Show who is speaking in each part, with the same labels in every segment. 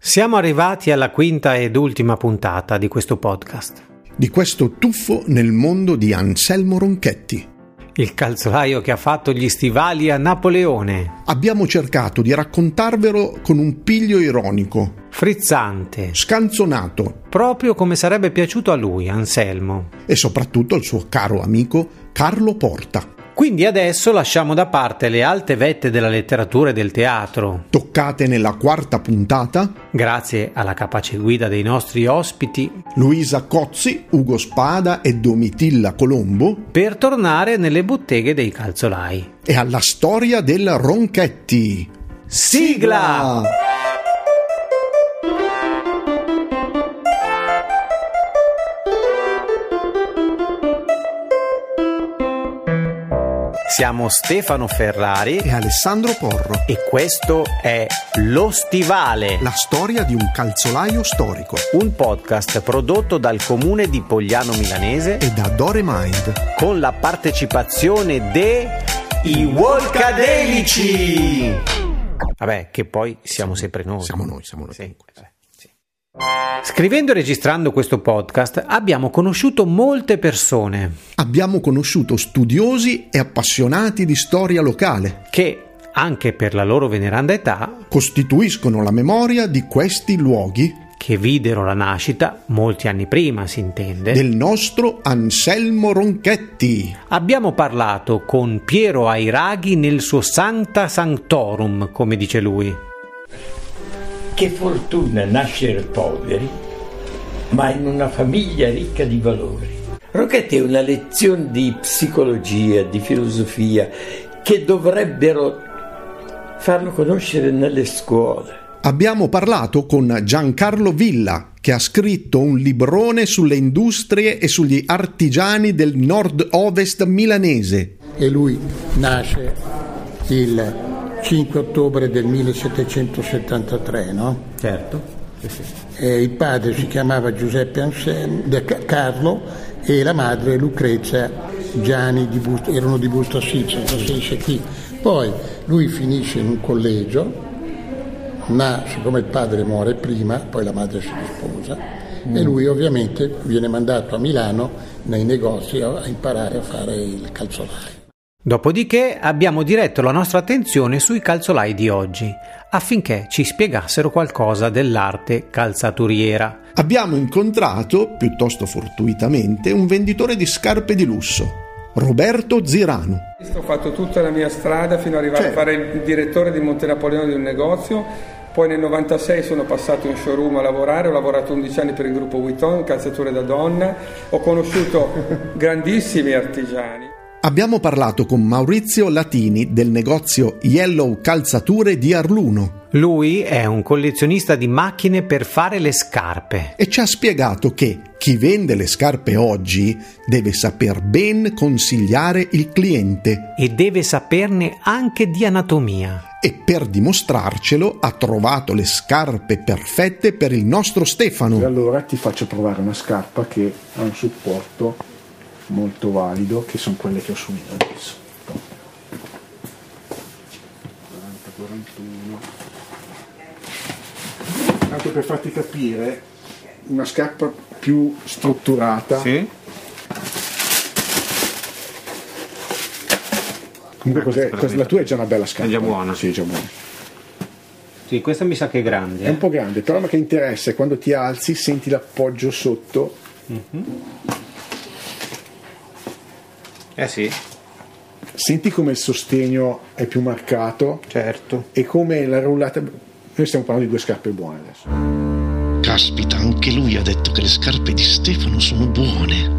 Speaker 1: Siamo arrivati alla quinta ed ultima puntata di questo podcast.
Speaker 2: Di questo tuffo nel mondo di Anselmo Ronchetti.
Speaker 1: Il calzolaio che ha fatto gli stivali a Napoleone,
Speaker 2: Abbiamo cercato di raccontarvelo con un piglio ironico,
Speaker 1: frizzante,
Speaker 2: scanzonato
Speaker 1: proprio come sarebbe piaciuto a lui, Anselmo.
Speaker 2: e soprattutto al suo caro amico Carlo Porta,
Speaker 1: Quindi adesso lasciamo da parte le alte vette della letteratura e del teatro,
Speaker 2: toccate nella quarta puntata
Speaker 1: grazie alla capace guida dei nostri ospiti,
Speaker 2: Luisa Cozzi, Ugo Spada e Domitilla Colombo
Speaker 1: per tornare nelle botteghe dei calzolai.
Speaker 2: e alla storia del Ronchetti.
Speaker 1: Sigla! Siamo Stefano Ferrari
Speaker 2: E Alessandro Porro,
Speaker 1: e questo è Lo Stivale,
Speaker 2: la storia di un calzolaio storico
Speaker 1: un podcast prodotto dal comune di Pogliano Milanese
Speaker 2: e da Dore Mind.
Speaker 1: con la partecipazione de I Volcadelici. Vabbè, che poi siamo sempre noi.
Speaker 2: Siamo noi, siamo noi.
Speaker 1: Sì, vabbè, sì. Scrivendo e registrando questo podcast abbiamo conosciuto molte persone
Speaker 2: Abbiamo conosciuto studiosi e appassionati di storia locale,
Speaker 1: che, anche per la loro veneranda età,
Speaker 2: costituiscono la memoria di questi luoghi
Speaker 1: che videro la nascita molti anni prima, si intende,
Speaker 2: del nostro Anselmo Ronchetti.
Speaker 1: abbiamo parlato con Piero Airaghi nel suo Sancta Sanctorum, come dice lui.
Speaker 3: Che fortuna nascere poveri, ma in una famiglia ricca di valori. Rocchetti è una lezione di psicologia, di filosofia, che dovrebbero farlo conoscere nelle scuole.
Speaker 2: Abbiamo parlato con Giancarlo Villa, che ha scritto un librone sulle industrie e sugli artigiani del nord-ovest milanese.
Speaker 4: e lui nasce il 5 ottobre del 1773, no? Eh, il padre si chiamava Giuseppe Anselmo, de- Ca- Carlo e la madre Lucrezia Gianni di Bus- erano di Busto Siccia, non si dice chi. Poi lui finisce in un collegio, ma siccome il padre muore prima, poi la madre si risposa e lui ovviamente viene mandato a Milano nei negozi a a imparare a fare il calzolaio.
Speaker 1: Dopodiché abbiamo diretto la nostra attenzione sui calzolai di oggi, affinché ci spiegassero qualcosa dell'arte calzaturiera.
Speaker 2: Abbiamo incontrato, piuttosto fortuitamente, un venditore di scarpe di lusso, Roberto Zirano.
Speaker 5: Ho fatto tutta la mia strada fino ad arrivare a fare il direttore di Monte Napoleone di un negozio, poi nel 96 sono passato in showroom a lavorare, ho lavorato 11 anni per il gruppo Vuitton, calzature da donna, ho conosciuto grandissimi artigiani.
Speaker 2: Abbiamo parlato con Maurizio Latini del negozio Yellow Calzature di Arluno
Speaker 1: Lui è un collezionista di macchine per fare le scarpe.
Speaker 2: e ci ha spiegato che chi vende le scarpe oggi deve saper ben consigliare il cliente
Speaker 1: E deve saperne anche di anatomia.
Speaker 2: e per dimostrarcelo ha trovato le scarpe perfette per il nostro
Speaker 6: E
Speaker 2: Stefano.
Speaker 6: allora ti faccio provare una scarpa che ha un supporto molto valido, che sono quelle che ho su me adesso. 40, 41. Tanto per farti capire, una scarpa più strutturata. Comunque cos'è- cos- la tua è già una bella scarpa. È già buona. Sì, è già buona.
Speaker 1: Sì, questa mi sa che è grande.
Speaker 6: È un po' grande, però ma che interessa è quando ti alzi senti l'appoggio sotto
Speaker 1: Eh sì,
Speaker 6: Senti come il sostegno è più marcato
Speaker 1: certo.
Speaker 6: e come la rullata. Noi stiamo parlando di due scarpe buone adesso.
Speaker 7: Caspita, anche lui ha detto che le scarpe di Stefano sono buone.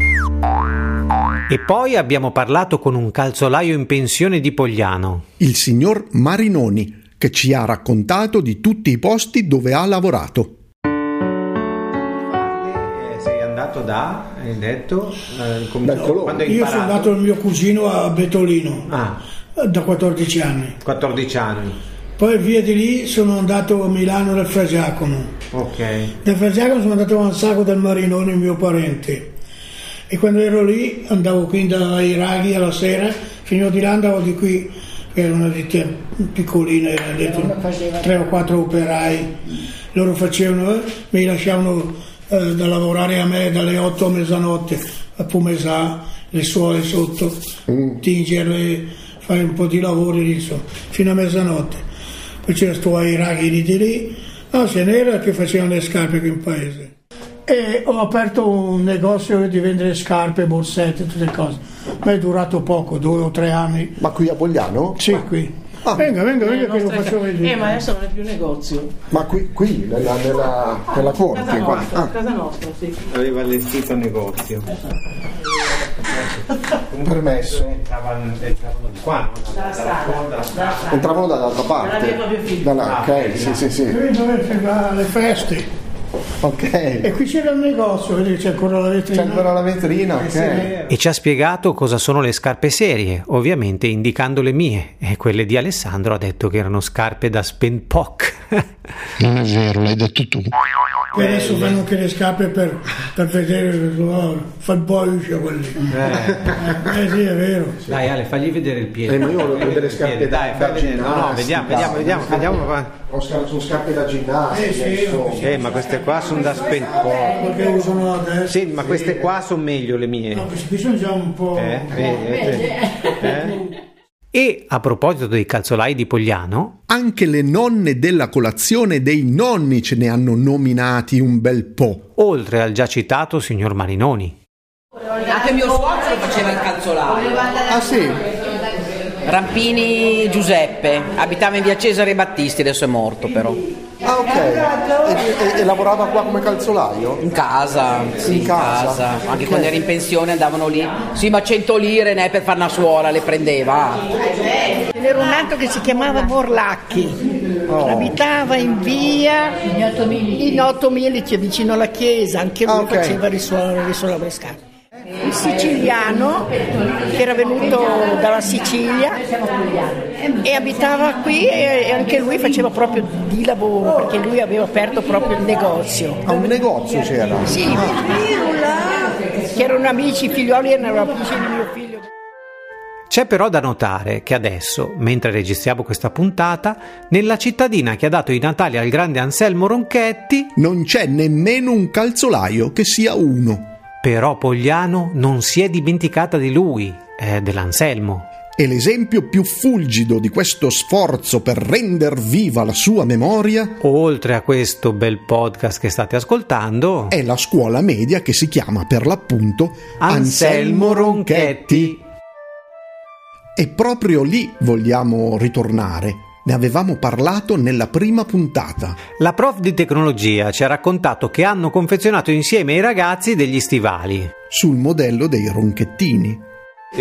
Speaker 1: E poi abbiamo parlato con un calzolaio in pensione di Pogliano.
Speaker 2: Il signor Marinoni che ci ha raccontato di tutti i posti dove ha lavorato.
Speaker 1: Eh, Sei andato da, hai detto, eh,
Speaker 6: Dal Colombo. quando
Speaker 8: Io sono andato dal mio cugino a Betolino
Speaker 1: Ah,
Speaker 8: eh, da 14 anni.
Speaker 1: 14 anni.
Speaker 8: Poi via di lì sono andato a Milano dal Fra Giacomo.
Speaker 1: Ok.
Speaker 8: Dal Fra Giacomo sono andato a Mansaco del Marinone, mio parente. E quando ero lì andavo qui dai raghi alla sera, finivo di là andavo di qui che era una ditta piccolina, erano dentro tre o quattro operai, loro facevano, eh, mi lasciavano eh, da lavorare a me dalle 8 a mezzanotte, a Pumesà, le suole sotto, tingerle, fare un po' di lavori insomma, fino a mezzanotte. Poi c'era sto ai raghini di lì, no, se n'era che facevano le scarpe qui in paese. E ho aperto un negozio di vendere scarpe, borsette, tutte le cose. Ma è durato poco, due o tre anni.
Speaker 4: Ma ah. qui a Bogliano?
Speaker 8: Sì, qui. Venga, venga, venga che lo faccio vedere.
Speaker 6: Eh, ma adesso non è più negozio.
Speaker 4: Ma qui, qui nella, nella, nella
Speaker 6: Casa
Speaker 4: corte? qua.
Speaker 6: nostra,
Speaker 4: Ah,
Speaker 6: casa nostra, sì.
Speaker 3: Aveva allestito un negozio.
Speaker 4: un permesso.
Speaker 3: Entravano, entravano di qua, no?
Speaker 6: Dalla strada.
Speaker 4: Entravano dall'altra parte.
Speaker 6: Dalla mia propria figlia.
Speaker 4: Dalla- ok, sì, sì, sì.
Speaker 8: Qui dove si va alle ah, feste. E
Speaker 4: Ok.
Speaker 8: qui c'era il negozio, vedi c'è ancora la
Speaker 4: C'è
Speaker 8: vetrina.
Speaker 4: ancora la vetrina, ok.
Speaker 1: E ci ha spiegato cosa sono le scarpe serie, ovviamente indicando le mie, e quelle di Alessandro ha detto che erano scarpe da spenpoc.
Speaker 9: Non è vero, l'hai detto tu.
Speaker 8: Poi adesso fanno anche le scarpe per, per vedere oh, fa il boice quelli. Eh. sì, è vero.
Speaker 1: Dai Ale, fagli vedere il piede.
Speaker 4: Eh, ma io volevo
Speaker 1: Fagli
Speaker 4: vedere
Speaker 1: il piede,
Speaker 4: scarpe da- Ah,
Speaker 1: Dai,
Speaker 4: da
Speaker 1: fai vedere. No, no,
Speaker 4: ginnastica.
Speaker 1: vediamo, vediamo, vediamo, vediamo. qua.
Speaker 4: Ho scar- sono scarpe da ginnastica, insomma.
Speaker 3: Eh, ma queste qua sono da
Speaker 6: Eh,
Speaker 3: spento.
Speaker 8: Perché usano adesso.
Speaker 3: Sì, ma queste qua sono meglio le mie.
Speaker 8: No, questi qui sono già un po'. cioè,
Speaker 3: Eh, vedi, vedi. Eh?
Speaker 1: E a proposito dei calzolai di Pogliano,
Speaker 2: Anche le nonne della colazione dei nonni ce ne hanno nominati un bel po'.
Speaker 1: oltre al già citato signor Marinoni,
Speaker 10: Anche mio suocero faceva il calzolaio.
Speaker 4: Ah sì?
Speaker 10: Rampini Giuseppe, abitava in via Cesare Battisti, adesso è morto però. In
Speaker 4: Ah ok. E, e- e lavorava qua come calzolaio?
Speaker 10: casa, sì, in
Speaker 4: casa?
Speaker 10: casa. Anche quando era in pensione andavano lì. Sì, ma 100 lire ne è per far una suola, le prendeva.
Speaker 6: Era un altro che si chiamava
Speaker 8: Eh,
Speaker 6: Morlacchi,
Speaker 8: oh.
Speaker 6: abitava in via in 8000 cioè vicino alla chiesa, anche lui
Speaker 4: Ah, ok.
Speaker 6: faceva risuonare risuonava le scarpe. Un siciliano che era venuto dalla Sicilia e abitava qui e e anche lui faceva proprio di lavoro perché lui aveva aperto proprio il negozio.
Speaker 4: A Ah, un negozio c'era.
Speaker 6: Sì, che erano amici, figlioli erano amici di mio figlio.
Speaker 1: c'è però da notare che adesso, mentre registriamo questa puntata, nella cittadina che ha dato i Natali al grande Anselmo Ronchetti,
Speaker 2: Non c'è nemmeno un calzolaio che sia uno.
Speaker 1: però Pogliano non si è dimenticata di lui, eh, dell'Anselmo.
Speaker 2: E l'esempio più fulgido di questo sforzo per render viva la sua memoria
Speaker 1: Oltre a questo bel podcast che state ascoltando,
Speaker 2: è la scuola media che si chiama per l'appunto
Speaker 1: Anselmo Ronchetti.
Speaker 2: E proprio lì vogliamo ritornare. Ne avevamo parlato nella prima puntata.
Speaker 1: La prof di tecnologia ci ha raccontato che hanno confezionato insieme ai ragazzi degli stivali.
Speaker 2: sul modello dei ronchettini.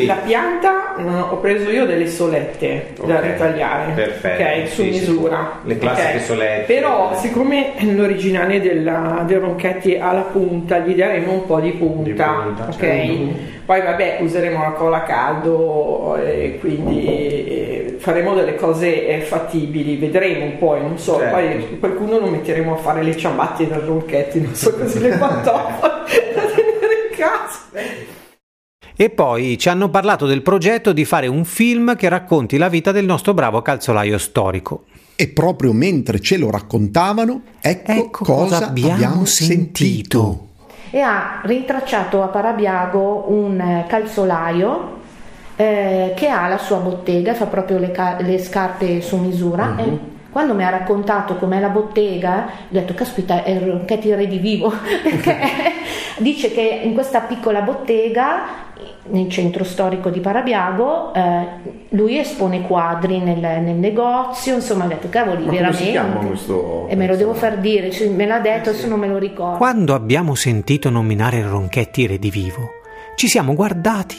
Speaker 6: La pianta mm, ho preso io delle solette da
Speaker 3: Ok,
Speaker 6: ritagliare,
Speaker 3: perfetto,
Speaker 6: ok, su
Speaker 3: sì, sì.
Speaker 6: misura.
Speaker 3: Le classiche
Speaker 6: ok.
Speaker 3: solette.
Speaker 6: Però, siccome l'originale della, del Ronchetti ha la punta, gli daremo un po' di punta,
Speaker 3: punta,
Speaker 6: ok?
Speaker 3: certo.
Speaker 6: Poi, vabbè, useremo la cola a caldo e quindi eh, faremo delle cose eh, fattibili, vedremo poi, non so.
Speaker 3: Certo.
Speaker 6: Poi qualcuno lo metteremo a fare le ciabatte dal Ronchetti, non so così le pantofole da tenere in casa.
Speaker 1: E poi ci hanno parlato del progetto di fare un film che racconti la vita del nostro bravo calzolaio storico.
Speaker 2: E proprio mentre ce lo raccontavano, ecco,
Speaker 1: Ecco
Speaker 2: cosa,
Speaker 1: cosa abbiamo
Speaker 2: abbiamo, sentito.
Speaker 1: sentito.
Speaker 7: e ha rintracciato a Parabiago un eh, calzolaio eh, che ha la sua bottega, fa proprio le, ca- le scarpe su misura.
Speaker 4: Mhm.
Speaker 7: E quando mi ha raccontato com'è la bottega, ho detto: Caspita, è Ronchetti redivivo perché dice che in questa piccola bottega nel centro storico di Parabiago eh, lui espone quadri nel, nel negozio insomma ho detto cavoli
Speaker 4: Ma come
Speaker 7: veramente
Speaker 4: si chiama questo
Speaker 8: Eh,
Speaker 7: e me lo devo
Speaker 4: calzolaio?
Speaker 7: far dire cioè, me l'ha
Speaker 4: Eh,
Speaker 7: detto adesso non me lo ricordo
Speaker 1: Quando abbiamo sentito nominare Ronchetti redivivo, ci siamo guardati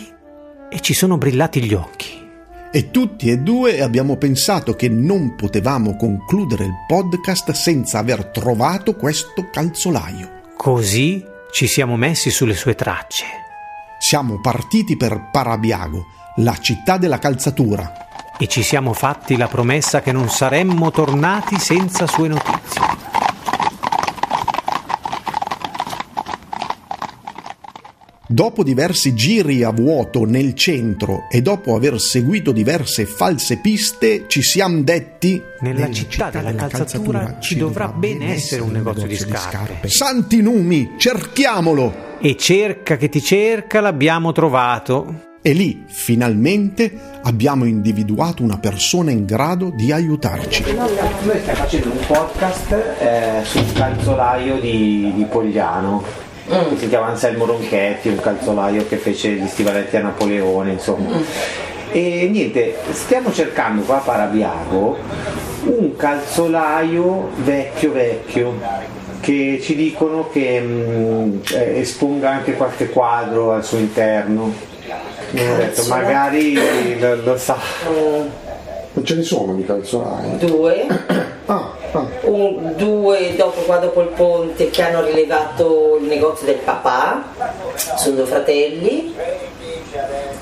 Speaker 1: e ci sono brillati gli occhi.
Speaker 2: E tutti e due abbiamo pensato che non potevamo concludere il podcast senza aver trovato questo calzolaio.
Speaker 1: Così ci siamo messi sulle sue tracce.
Speaker 2: Siamo partiti per Parabiago, la città della calzatura.
Speaker 1: E ci siamo fatti la promessa che non saremmo tornati senza sue notizie.
Speaker 2: Dopo diversi giri a vuoto nel centro e dopo aver seguito diverse false piste, ci siamo detti
Speaker 1: Nella città della calzatura ci dovrà ben essere un negozio di scarpe.
Speaker 2: Santi numi, cerchiamolo!
Speaker 1: E cerca che ti cerca, l'abbiamo trovato.
Speaker 2: E lì, finalmente, abbiamo individuato una persona in grado di aiutarci.
Speaker 3: Noi stiamo facendo un podcast eh, sul calzolaio di, di Pogliano. Si chiama Anselmo Ronchetti, un calzolaio che fece gli stivaletti a Napoleone, insomma. E niente, stiamo cercando qua a Parabiago un calzolaio vecchio vecchio che ci dicono che mh, eh, esponga anche qualche quadro al suo interno. Mi hanno detto, magari lo, lo sa.
Speaker 6: Non ce ne sono di calzolai.
Speaker 8: Due. Un- due dopo qua dopo il ponte che hanno rilevato il negozio del papà, sono due fratelli.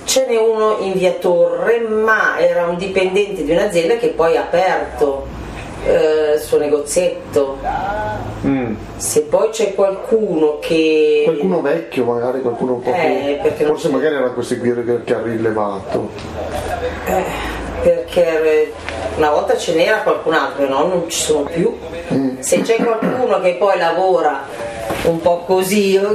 Speaker 8: Ce n'è uno in via Torre, ma era un dipendente di un'azienda che poi ha aperto eh, il suo negozietto. Se poi c'è qualcuno che.
Speaker 6: Qualcuno vecchio, magari qualcuno un po' più.
Speaker 8: Eh, perché non
Speaker 6: Forse magari era questo qui che, che ha rilevato.
Speaker 8: Eh, perché eh, una volta ce n'era qualcun altro, no? Non ci sono più. Se c'è qualcuno che poi lavora un po' così, non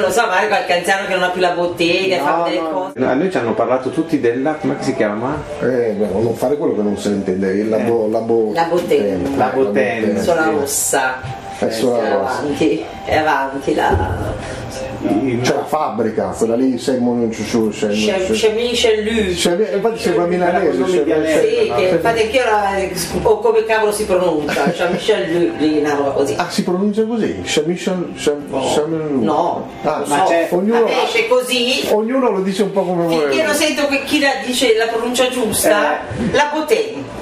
Speaker 8: lo so, magari qualche anziano che non ha più la bottega, fa delle cose.
Speaker 3: No, a noi ci hanno parlato tutti della. come si chiama?
Speaker 6: Eh, beh, non fare quello che non sente, deve- la, bo- la, bo-
Speaker 8: La bottega.
Speaker 6: eh,
Speaker 3: La bottega.
Speaker 8: Sola
Speaker 6: sì.
Speaker 8: rossa.
Speaker 6: È Sola
Speaker 8: È
Speaker 6: Rossa.
Speaker 8: avanti, è avanti la.
Speaker 6: C'è la fabbrica, quella lì Simon Chuchu,
Speaker 8: Chem-
Speaker 6: Infatti
Speaker 8: Chemise lui.
Speaker 6: sembra milanese,
Speaker 8: Sì, che
Speaker 6: sembra-
Speaker 8: infatti anch'io era- o come cavolo si pronuncia, Chemise lui, lì, una roba così.
Speaker 6: Ah, si pronuncia così? Shamishan
Speaker 8: No.
Speaker 6: Ah,
Speaker 8: Ma c'è-
Speaker 6: ognuno,
Speaker 8: Vabbè, esce così.
Speaker 6: ognuno lo dice un po' come vuole.
Speaker 8: Io non sento che chi la dice la pronuncia giusta, la boten.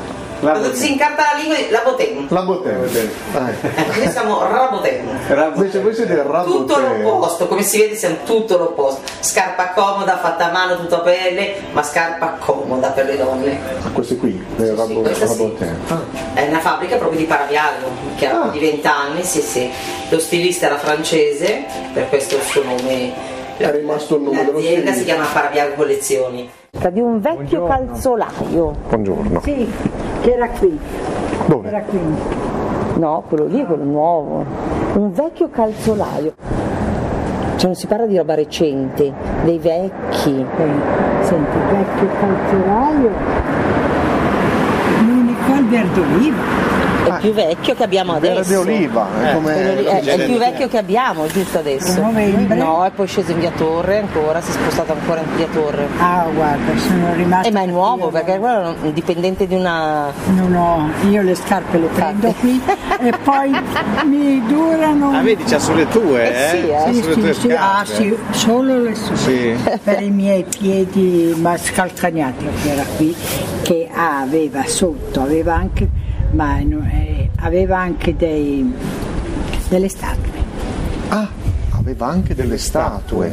Speaker 8: Quando ti si incarta la lingua, dici, la boten.
Speaker 6: La bottega. Eh.
Speaker 8: Noi siamo raboten.
Speaker 6: Invece voi siete il
Speaker 8: Tutto
Speaker 6: rabotteo.
Speaker 8: l'opposto, come si vede siamo tutto l'opposto. Scarpa comoda, fatta a mano, tutto a pelle, ma scarpa comoda per le donne.
Speaker 6: Ah, Questi qui, del rabo-
Speaker 8: questa sì.
Speaker 6: rabotteo. Ah,
Speaker 8: È una fabbrica proprio di Paraviago, che ha più di 20 anni, sì sì. Lo stilista era francese, per questo il suo nome.
Speaker 6: È rimasto il nome dello
Speaker 8: L'azienda si
Speaker 6: stile.
Speaker 8: chiama Paraviago Collezioni.
Speaker 11: di un vecchio calzolaio.
Speaker 6: Buongiorno.
Speaker 11: Sì, che era qui.
Speaker 6: Dove?
Speaker 11: Era qui. No, quello lì è quello nuovo. Un vecchio calzolaio. Cioè non si parla di roba recente, dei vecchi. Eh, Senti, vecchio calzolaio. L'unico Alberto Oliva. È il più vecchio che abbiamo
Speaker 6: Verde
Speaker 11: adesso. Eh,
Speaker 6: Oliva, è come-
Speaker 11: quello lì, è- è il
Speaker 6: Genere.
Speaker 11: più vecchio che abbiamo, giusto adesso.
Speaker 7: Novembre.
Speaker 11: No, e poi è sceso in via Torre ancora, si è spostato ancora in via Torre.
Speaker 7: Ah, guarda, sono rimasta.
Speaker 11: Eh, ma è nuovo perché quello è un dipendente di una.
Speaker 7: No, no, io le scarpe le prendo qui e poi mi durano.
Speaker 3: Ah, vedi, c'ha sulle tue,
Speaker 7: Eh sì,
Speaker 3: eh?
Speaker 7: eh.
Speaker 3: C'ha
Speaker 7: Sì,
Speaker 3: sulle
Speaker 7: sì,
Speaker 3: tue
Speaker 7: sì, ah,
Speaker 3: scarpe.
Speaker 7: sì, solo le sue.
Speaker 3: Sì.
Speaker 7: Per i miei piedi ma scalcagnati che era qui, che aveva sotto, aveva anche, ma non- eh, aveva anche dei, delle statue.
Speaker 6: Ah, aveva anche delle statue.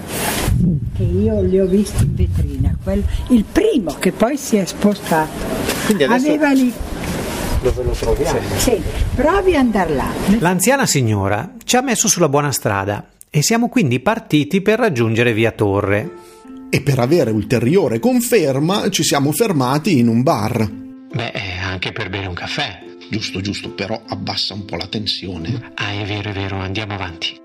Speaker 7: Che io li ho visti in vetrina, quello- il primo che poi si è spostato.
Speaker 1: Quindi adesso-
Speaker 7: Aveva lì
Speaker 1: Dove lo troviamo?
Speaker 7: Sì, provi ad andare là.
Speaker 1: L'anziana signora ci ha messo sulla buona strada e siamo quindi partiti per raggiungere Via Torre.
Speaker 2: E per avere ulteriore conferma ci siamo fermati in un bar.
Speaker 12: Beh, eh, anche per bere un caffè. Giusto, giusto, però abbassa un po' la tensione. Ah, è vero, è vero, andiamo avanti.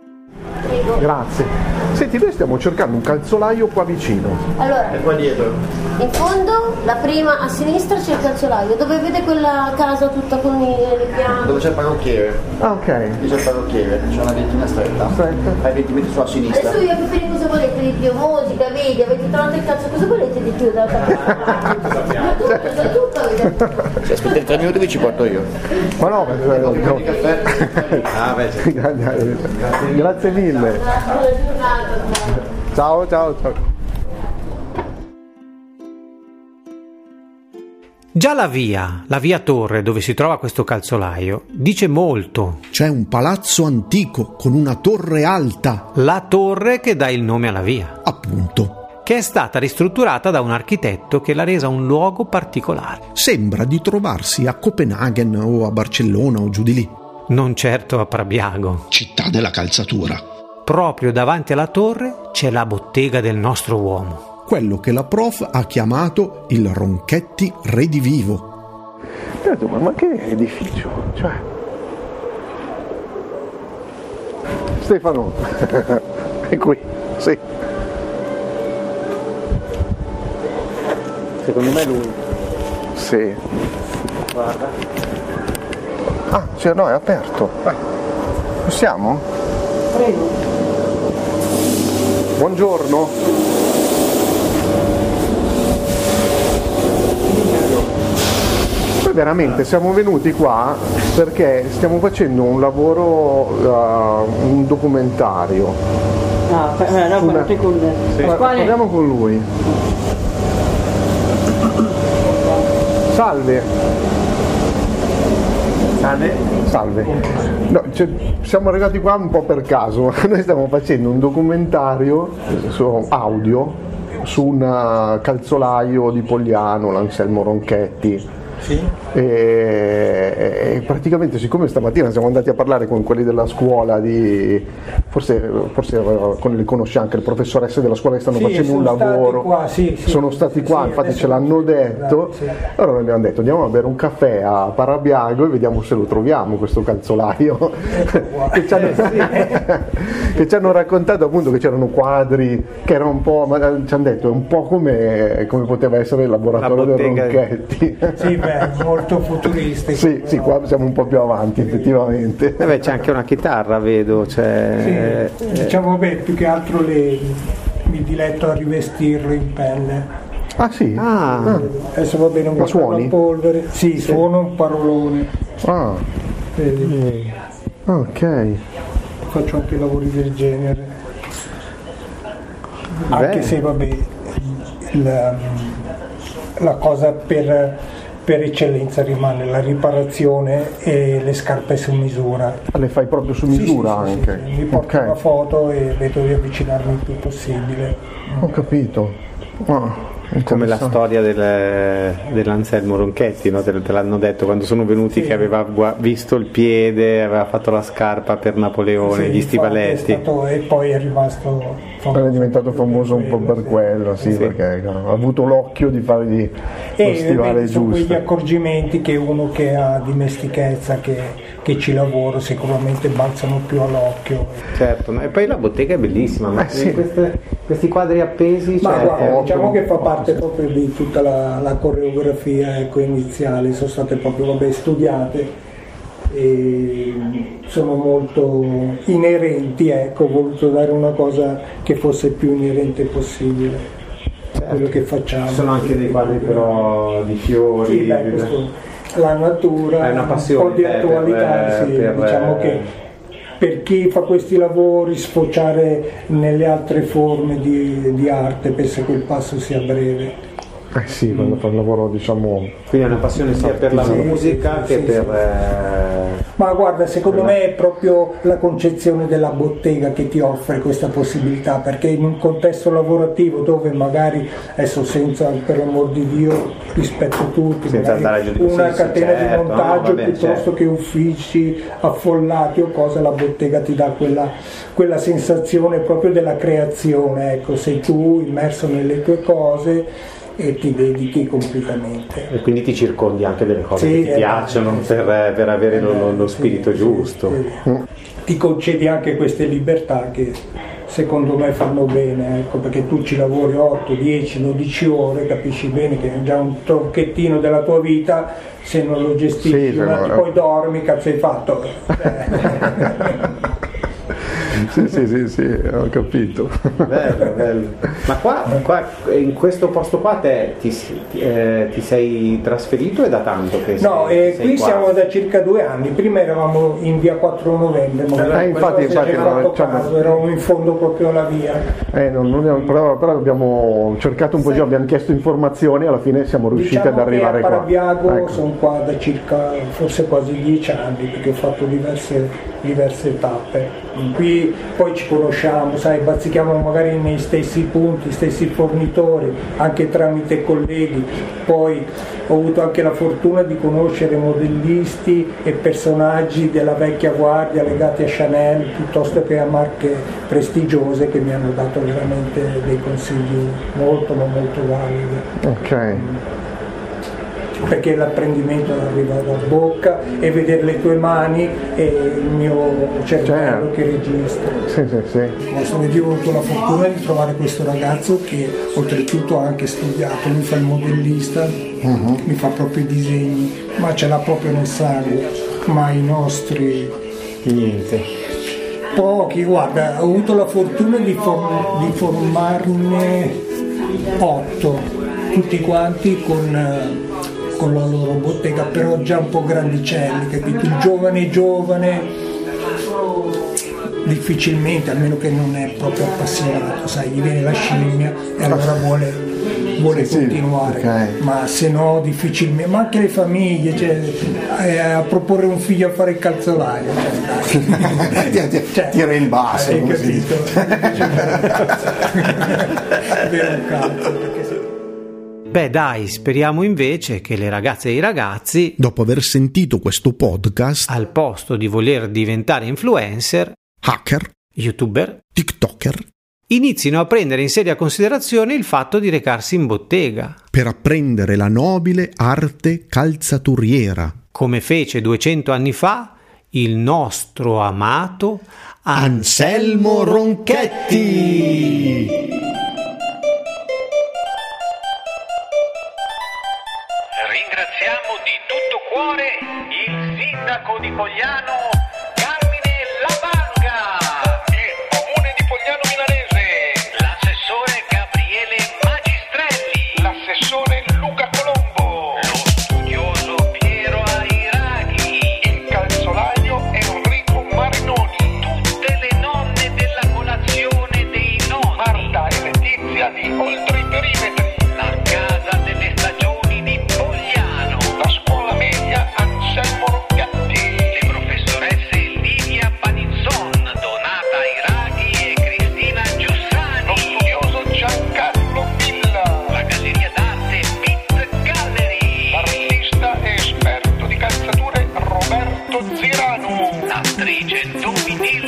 Speaker 6: Grazie. Senti, noi stiamo cercando un calzolaio qua vicino.
Speaker 13: Allora,
Speaker 6: E qua dietro.
Speaker 13: in fondo, la prima a sinistra c'è il calzolaio, dove vede quella casa tutta con i- le piante.
Speaker 14: Dove c'è il parrucchiere?
Speaker 6: Ah, ok.
Speaker 14: Lì c'è il parrucchiere, c'è una ventina stretta. Stretta. Hai 20 metri sulla sinistra.
Speaker 13: Adesso io capire cosa volete di più, musica, vedi, avete trovato il cazzo, cosa volete di più da
Speaker 14: Se aspetti 3 minuti vi ci porto io.
Speaker 6: Ma no, perché- no.
Speaker 14: Ah, beh,
Speaker 6: Grazie mille. Ciao, ciao, ciao.
Speaker 1: Già la via, la via Torre dove si trova questo calzolaio, dice molto.
Speaker 2: C'è un palazzo antico con una torre alta.
Speaker 1: La torre che dà il nome alla via.
Speaker 2: Appunto.
Speaker 1: Che è stata ristrutturata da un architetto che l'ha resa un luogo particolare.
Speaker 2: Sembra di trovarsi a Copenaghen o a Barcellona o giù di lì.
Speaker 1: Non certo a Parabiago.
Speaker 12: Città della calzatura.
Speaker 1: proprio davanti alla torre c'è la bottega del nostro uomo.
Speaker 2: Quello che la prof ha chiamato il Ronchetti redivivo.
Speaker 4: Certo, ma che edificio? Cioè... Stefano, è qui, sì.
Speaker 3: Secondo me lui.
Speaker 4: Sì.
Speaker 3: Guarda.
Speaker 4: Ah, cioè, no, è aperto. Eh, Possiamo?
Speaker 3: Prego.
Speaker 4: Buongiorno. Poi veramente siamo venuti qua perché stiamo facendo un lavoro, eh, un documentario.
Speaker 7: No, per- eh, no,
Speaker 4: Una-
Speaker 7: guardate con...
Speaker 4: Allora,
Speaker 7: Quale?
Speaker 4: Parliamo con lui. Salve. Salve. Salve. No, cioè, siamo arrivati qua un po' per caso. Noi stiamo facendo un documentario su audio su un eh, calzolaio di Pogliano, l'Anselmo Ronchetti. E, e praticamente siccome stamattina siamo andati a parlare con quelli della scuola di forse, forse eh, con- li conosce anche le professoresse della scuola che stanno
Speaker 8: Sì,
Speaker 4: facendo
Speaker 8: sono
Speaker 4: un lavoro
Speaker 8: stati qua, sì, sì.
Speaker 4: sono stati qua
Speaker 8: Sì,
Speaker 4: infatti
Speaker 8: adesso
Speaker 4: ce l'hanno detto
Speaker 8: sì.
Speaker 4: allora noi abbiamo detto andiamo a bere un caffè a Parabiago e vediamo se lo troviamo questo calzolaio che, ci hanno, che ci hanno raccontato appunto che c'erano quadri che erano un po' ma, eh, ci hanno detto è un po' come, come poteva essere il laboratorio del
Speaker 8: bottega.
Speaker 4: Ronchetti
Speaker 8: Sì, beh, molto futuristico.
Speaker 4: Sì, sì, qua siamo un po' più avanti effettivamente.
Speaker 3: Eh beh, c'è anche una chitarra, vedo. Cioè,
Speaker 8: Sì,
Speaker 3: eh,
Speaker 8: diciamo, beh, più che altro le- mi diletto a rivestirlo in pelle.
Speaker 4: Ah sì?
Speaker 8: Ah. Adesso va bene un
Speaker 4: Ma
Speaker 8: po'
Speaker 4: suoni?
Speaker 8: di polvere. Sì, suono un parolone.
Speaker 4: Ah. Mm.
Speaker 8: Vedi?
Speaker 4: Ok.
Speaker 8: Faccio anche lavori del genere. Anche
Speaker 4: Bene.
Speaker 8: se vabbè, il- ehm, la cosa per, per eccellenza rimane la riparazione e le scarpe su misura.
Speaker 4: Le fai proprio su misura anche.
Speaker 8: Mi porto una foto e vedo di avvicinarmi il più possibile.
Speaker 4: Ho capito. Ah,
Speaker 3: come la
Speaker 4: interessante.
Speaker 3: storia del- dell'Anselmo Ronchetti, no? te, te l'hanno detto quando sono venuti che aveva gua- visto il piede, aveva fatto la scarpa per Napoleone,
Speaker 8: Sì,
Speaker 3: gli
Speaker 8: infatti è
Speaker 3: stivaletti.
Speaker 8: stato- e poi è rimasto
Speaker 4: Era diventato famoso un po' per quello, sì, perché ha avuto l'occhio di fare di- lo
Speaker 8: E
Speaker 4: stivale
Speaker 8: vedi, Eh, sono quegli
Speaker 4: giusto.
Speaker 8: accorgimenti che uno che ha dimestichezza, che, che ci lavora, sicuramente balzano più all'occhio.
Speaker 3: Certo, no? e poi la bottega è bellissima,
Speaker 8: Eh,
Speaker 3: ma queste- questi quadri appesi,
Speaker 8: Ma
Speaker 3: cioè,
Speaker 8: guarda,
Speaker 3: eh,
Speaker 8: diciamo che fa parte proprio di tutta la, la coreografia ecco, iniziale, sono state proprio vabbè, studiate e sono molto inerenti, ecco, ho voluto dare una cosa che fosse più inerente possibile a quello che facciamo.
Speaker 3: Certo. Ci sono anche dei quadri però di fiori.
Speaker 8: Sì, beh, questo- la natura,
Speaker 3: È una
Speaker 8: un
Speaker 3: passione,
Speaker 8: po' di
Speaker 3: eh, per-
Speaker 8: attualità, sì,
Speaker 3: per- eh,
Speaker 8: diciamo che per chi fa questi lavori sfociare nelle altre forme di, di arte, penso che il passo sia breve.
Speaker 4: Eh sì, quando fa un lavoro diciamo...
Speaker 3: Quindi è una passione sia per la
Speaker 8: Sì,
Speaker 3: musica
Speaker 8: sì,
Speaker 3: che
Speaker 8: sì,
Speaker 3: per...
Speaker 8: sì.
Speaker 3: eh,
Speaker 8: Ma guarda, secondo
Speaker 3: Quella-
Speaker 8: me è proprio la concezione della bottega che ti offre questa possibilità, perché in un contesto lavorativo dove magari, adesso senza, per l'amor di Dio, rispetto tutti,
Speaker 3: Senza
Speaker 8: magari
Speaker 3: andare a giudicare-
Speaker 8: una
Speaker 3: sì, sì,
Speaker 8: catena
Speaker 3: certo,
Speaker 8: di
Speaker 3: no,
Speaker 8: montaggio
Speaker 3: va bene,
Speaker 8: piuttosto
Speaker 3: certo.
Speaker 8: che uffici affollati o cosa, la bottega ti dà quella, quella sensazione proprio della creazione, ecco, sei tu immerso nelle tue cose e ti dedichi completamente.
Speaker 3: E quindi ti circondi anche delle cose
Speaker 8: Sì,
Speaker 3: che ti
Speaker 8: eh,
Speaker 3: piacciono per, per avere lo, lo- lo spirito giusto.
Speaker 8: ti concedi anche queste libertà che secondo me fanno bene, ecco, perché tu ci lavori 8, 10, 12 ore, capisci bene che è già un tronchettino della tua vita, se non lo gestisci,
Speaker 4: Sì,
Speaker 8: un attimo,
Speaker 4: però-
Speaker 8: poi dormi, cazzo hai fatto.
Speaker 4: sì, sì, sì, sì, ho capito.
Speaker 3: Bello, bello. Ma qua, qua- in questo posto qua te, ti, eh, ti sei trasferito e da tanto che
Speaker 8: No,
Speaker 3: sei,
Speaker 8: e
Speaker 3: sei
Speaker 8: qui
Speaker 3: qua?
Speaker 8: siamo da circa due anni, prima eravamo in via 4 novembre, ma
Speaker 4: Eh,
Speaker 8: non so
Speaker 4: infatti,
Speaker 8: se ci
Speaker 4: infatti,
Speaker 8: hai
Speaker 4: no,
Speaker 8: fatto
Speaker 4: diciamo-
Speaker 8: caso, eravamo in fondo proprio alla via.
Speaker 4: Eh, non- non abbiamo- però, però abbiamo cercato un po' di... abbiamo chiesto informazioni e alla fine siamo riusciti
Speaker 8: Diciamo
Speaker 4: ad arrivare
Speaker 8: che a
Speaker 4: qua. Ecco.
Speaker 8: Parabiago sono qua da circa forse quasi dieci anni perché ho fatto diverse, diverse tappe. Qui poi ci conosciamo, sai, bazzichiamo magari nei stessi punti, stessi fornitori, anche tramite colleghi, poi ho avuto anche la fortuna di conoscere modellisti e personaggi della vecchia guardia legati a Chanel piuttosto che a marche prestigiose che mi hanno dato veramente dei consigli molto ma molto validi
Speaker 4: Ok.
Speaker 8: perché l'apprendimento arriva dalla bocca e vedere le tue mani e il mio cervello che registra.
Speaker 4: Sì, sì, sì.
Speaker 8: Sono io ho avuto la fortuna di trovare questo ragazzo che oltretutto ha anche studiato, lui fa il modellista, mi fa proprio i disegni, ma ce l'ha proprio nel sangue, ma i nostri
Speaker 3: Niente.
Speaker 8: pochi, guarda, ho avuto la fortuna di, for- di formarne otto, tutti quanti con, eh, con la loro bottega, però già un po' grandicelli, capito? Il giovane giovane difficilmente, almeno che non è proprio appassionato, sai, gli viene la scimmia e allora vuole, vuole continuare, ma se no difficilmente, ma anche le famiglie, cioè, eh, a proporre un figlio a fare il calzolaio, cioè, dai.
Speaker 6: Tira in basso.
Speaker 8: Hai
Speaker 6: come si dice.
Speaker 1: Beh dai, speriamo invece che le ragazze e i ragazzi,
Speaker 2: Dopo aver sentito questo podcast,
Speaker 1: al posto di voler diventare influencer,
Speaker 2: hacker,
Speaker 1: youtuber,
Speaker 2: tiktoker,
Speaker 1: inizino a prendere in seria considerazione il fatto di recarsi in bottega,
Speaker 2: per apprendere la nobile arte calzaturiera,
Speaker 1: come fece 200 anni fa il nostro amato Anselmo Ronchetti.
Speaker 7: Ringraziamo di tutto cuore il sindaco di Pogliano, Carmine Labanga, il comune di Pogliano Milanese, l'assessore Gabriele Magistrelli, l'assessore Luca Colombo, lo studioso Piero Airaghi, il calzolaio Enrico Marinoni, tutte le nonne della colazione dei nonni, Marta e Letizia di Oltre i Perimetri, la casa delle stagioni di Pogliano, la scuola media Anselmo Roccatti, le professoresse Livia Panizzon, Donata Iraghi e Cristina Giussani, lo studioso Giancarlo Villa, la galleria d'arte Pitt Gallery, l'artista e esperto di calzature Roberto Zirano, l'attrice Dominil